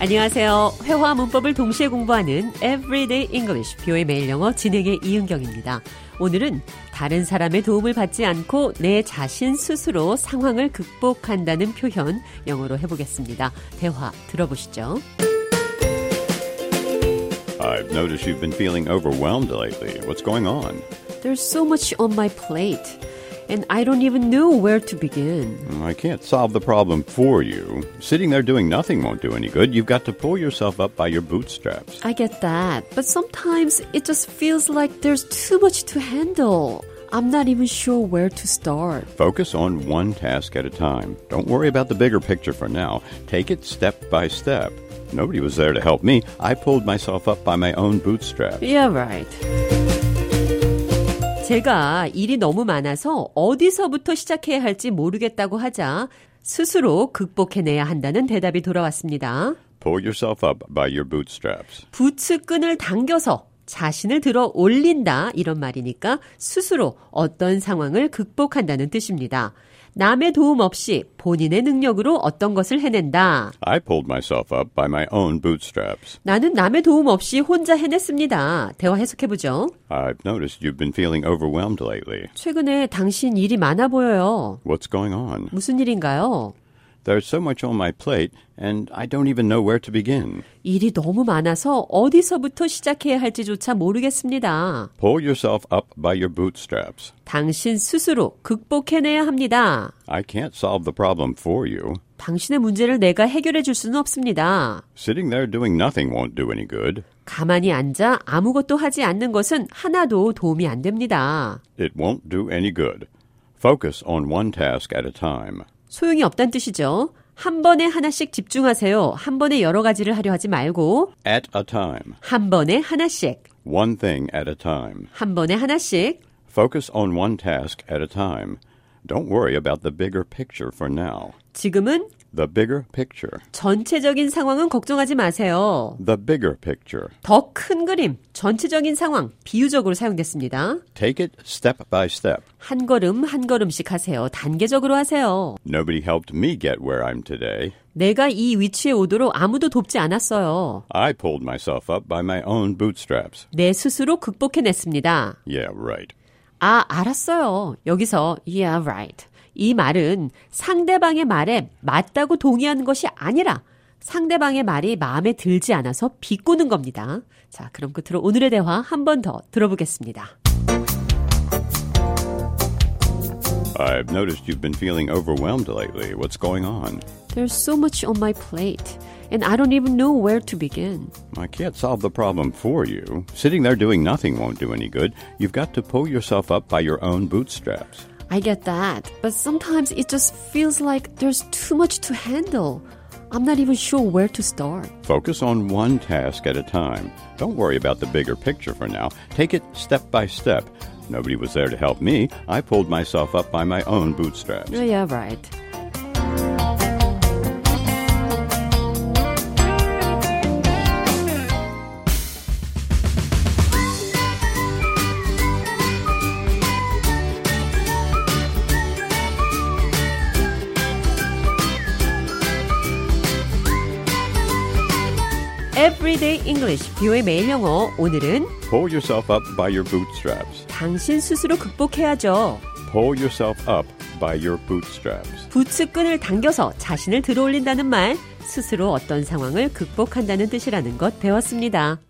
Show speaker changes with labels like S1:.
S1: 안녕하세요. 회화 문법을 동시에 공부하는 Everyday English 뷰의 매일 영어 진행의 이은경입니다. 오늘은 다른 사람의 도움을 받지 않고 내 자신 스스로 상황을 극복한다는 표현 영어로 해보겠습니다. 대화 들어보시죠.
S2: I've noticed you've been feeling overwhelmed lately. What's going on?
S1: There's so much on my plate. And I don't even know where to begin.
S2: I can't solve the problem for you. Sitting there doing nothing won't do any good. You've got to pull yourself up by your bootstraps.
S1: I get that. But sometimes it just feels like there's too much to handle. I'm not even sure where to start.
S2: Focus on one task at a time. Don't worry about the bigger picture for now. Take it step by step. Nobody was there to help me. I pulled myself up by my own bootstraps.
S1: Yeah, right. 제가 일이 너무 많아서 어디서부터 시작해야 할지 모르겠다고 하자 스스로 극복해내야 한다는 대답이 돌아왔습니다.
S2: Pull yourself up by your bootstraps.
S1: 부츠끈을 당겨서 자신을 들어 올린다 이런 말이니까 스스로 어떤 상황을 극복한다는 뜻입니다. 남의 도움 없이 본인의 능력으로 어떤 것을 해낸다.
S2: I pulled myself up by my own bootstraps.
S1: 나는 남의 도움 없이 혼자 해냈습니다. 대화 해석해보죠.
S2: I've noticed you've been feeling overwhelmed lately.
S1: 최근에 당신 일이 많아 보여요.
S2: What's going on?
S1: 무슨 일인가요?
S2: There's so much on my plate, and I don't even know where to begin.
S1: 일이 너무 많아서 어디서부터 시작해야 할지조차 모르겠습니다.
S2: Pull yourself up by your bootstraps.
S1: 당신 스스로 극복해내야 합니다.
S2: I can't solve the problem for you.
S1: 당신의 문제를 내가 해결해 줄 수는 없습니다.
S2: Sitting there doing nothing won't do any good.
S1: 가만히 앉아 아무것도 하지 않는 것은 하나도 도움이 안 됩니다.
S2: It won't do any good. Focus on one task at a time.
S1: 소용이 없단 뜻이죠. 한 번에 하나씩 집중하세요. 한 번에 여러 가지를 하려 하지 말고
S2: At a time.
S1: 한 번에 하나씩,
S2: One thing at a time.
S1: 한 번에 하나씩
S2: Focus on one task at a time. Don't worry about the bigger picture for now.
S1: 지금은
S2: The bigger picture.
S1: 전체적인 상황은 걱정하지 마세요.
S2: The bigger picture.
S1: 더 큰 그림, 전체적인 상황, 비유적으로 사용됐습니다.
S2: Take it step by step.
S1: 한 걸음 한 걸음씩 하세요. 단계적으로 하세요.
S2: Nobody helped me get where I'm today.
S1: 내가 이 위치에 오도록 아무도 돕지 않았어요.
S2: I pulled myself up by my own bootstraps.
S1: 내 스스로 극복해냈습니다.
S2: Yeah, right.
S1: 아, 알았어요. 여기서 yeah right. 이 말은 상대방의 말에 맞다고 동의하는 것이 아니라 상대방의 말이 마음에 들지 않아서 비꼬는 겁니다. 자, 그럼 끝으로 오늘의 대화 한 번 더 들어보겠습니다.
S2: I've noticed you've been feeling overwhelmed lately. What's going on?
S1: There's so much on my plate, and I don't even know where to begin.
S2: I can't solve the problem for you. Sitting there doing nothing won't do any good. You've got to pull yourself up by your own bootstraps.
S1: I get that, but sometimes it just feels like there's too much to handle. I'm not even sure where to start.
S2: Focus on one task at a time. Don't worry about the bigger picture for now. Take it step by step. Nobody was there to help me. I pulled myself up by my own bootstraps.
S1: Oh, yeah, right. Everyday English, 뷰의 매일 영어. 오늘은
S2: Pull yourself up by your bootstraps.
S1: 당신 스스로 극복해야죠.
S2: Pull yourself up by your bootstraps.
S1: 부츠끈을 당겨서 자신을 들어올린다는 말, 스스로 어떤 상황을 극복한다는 뜻이라는 것 배웠습니다.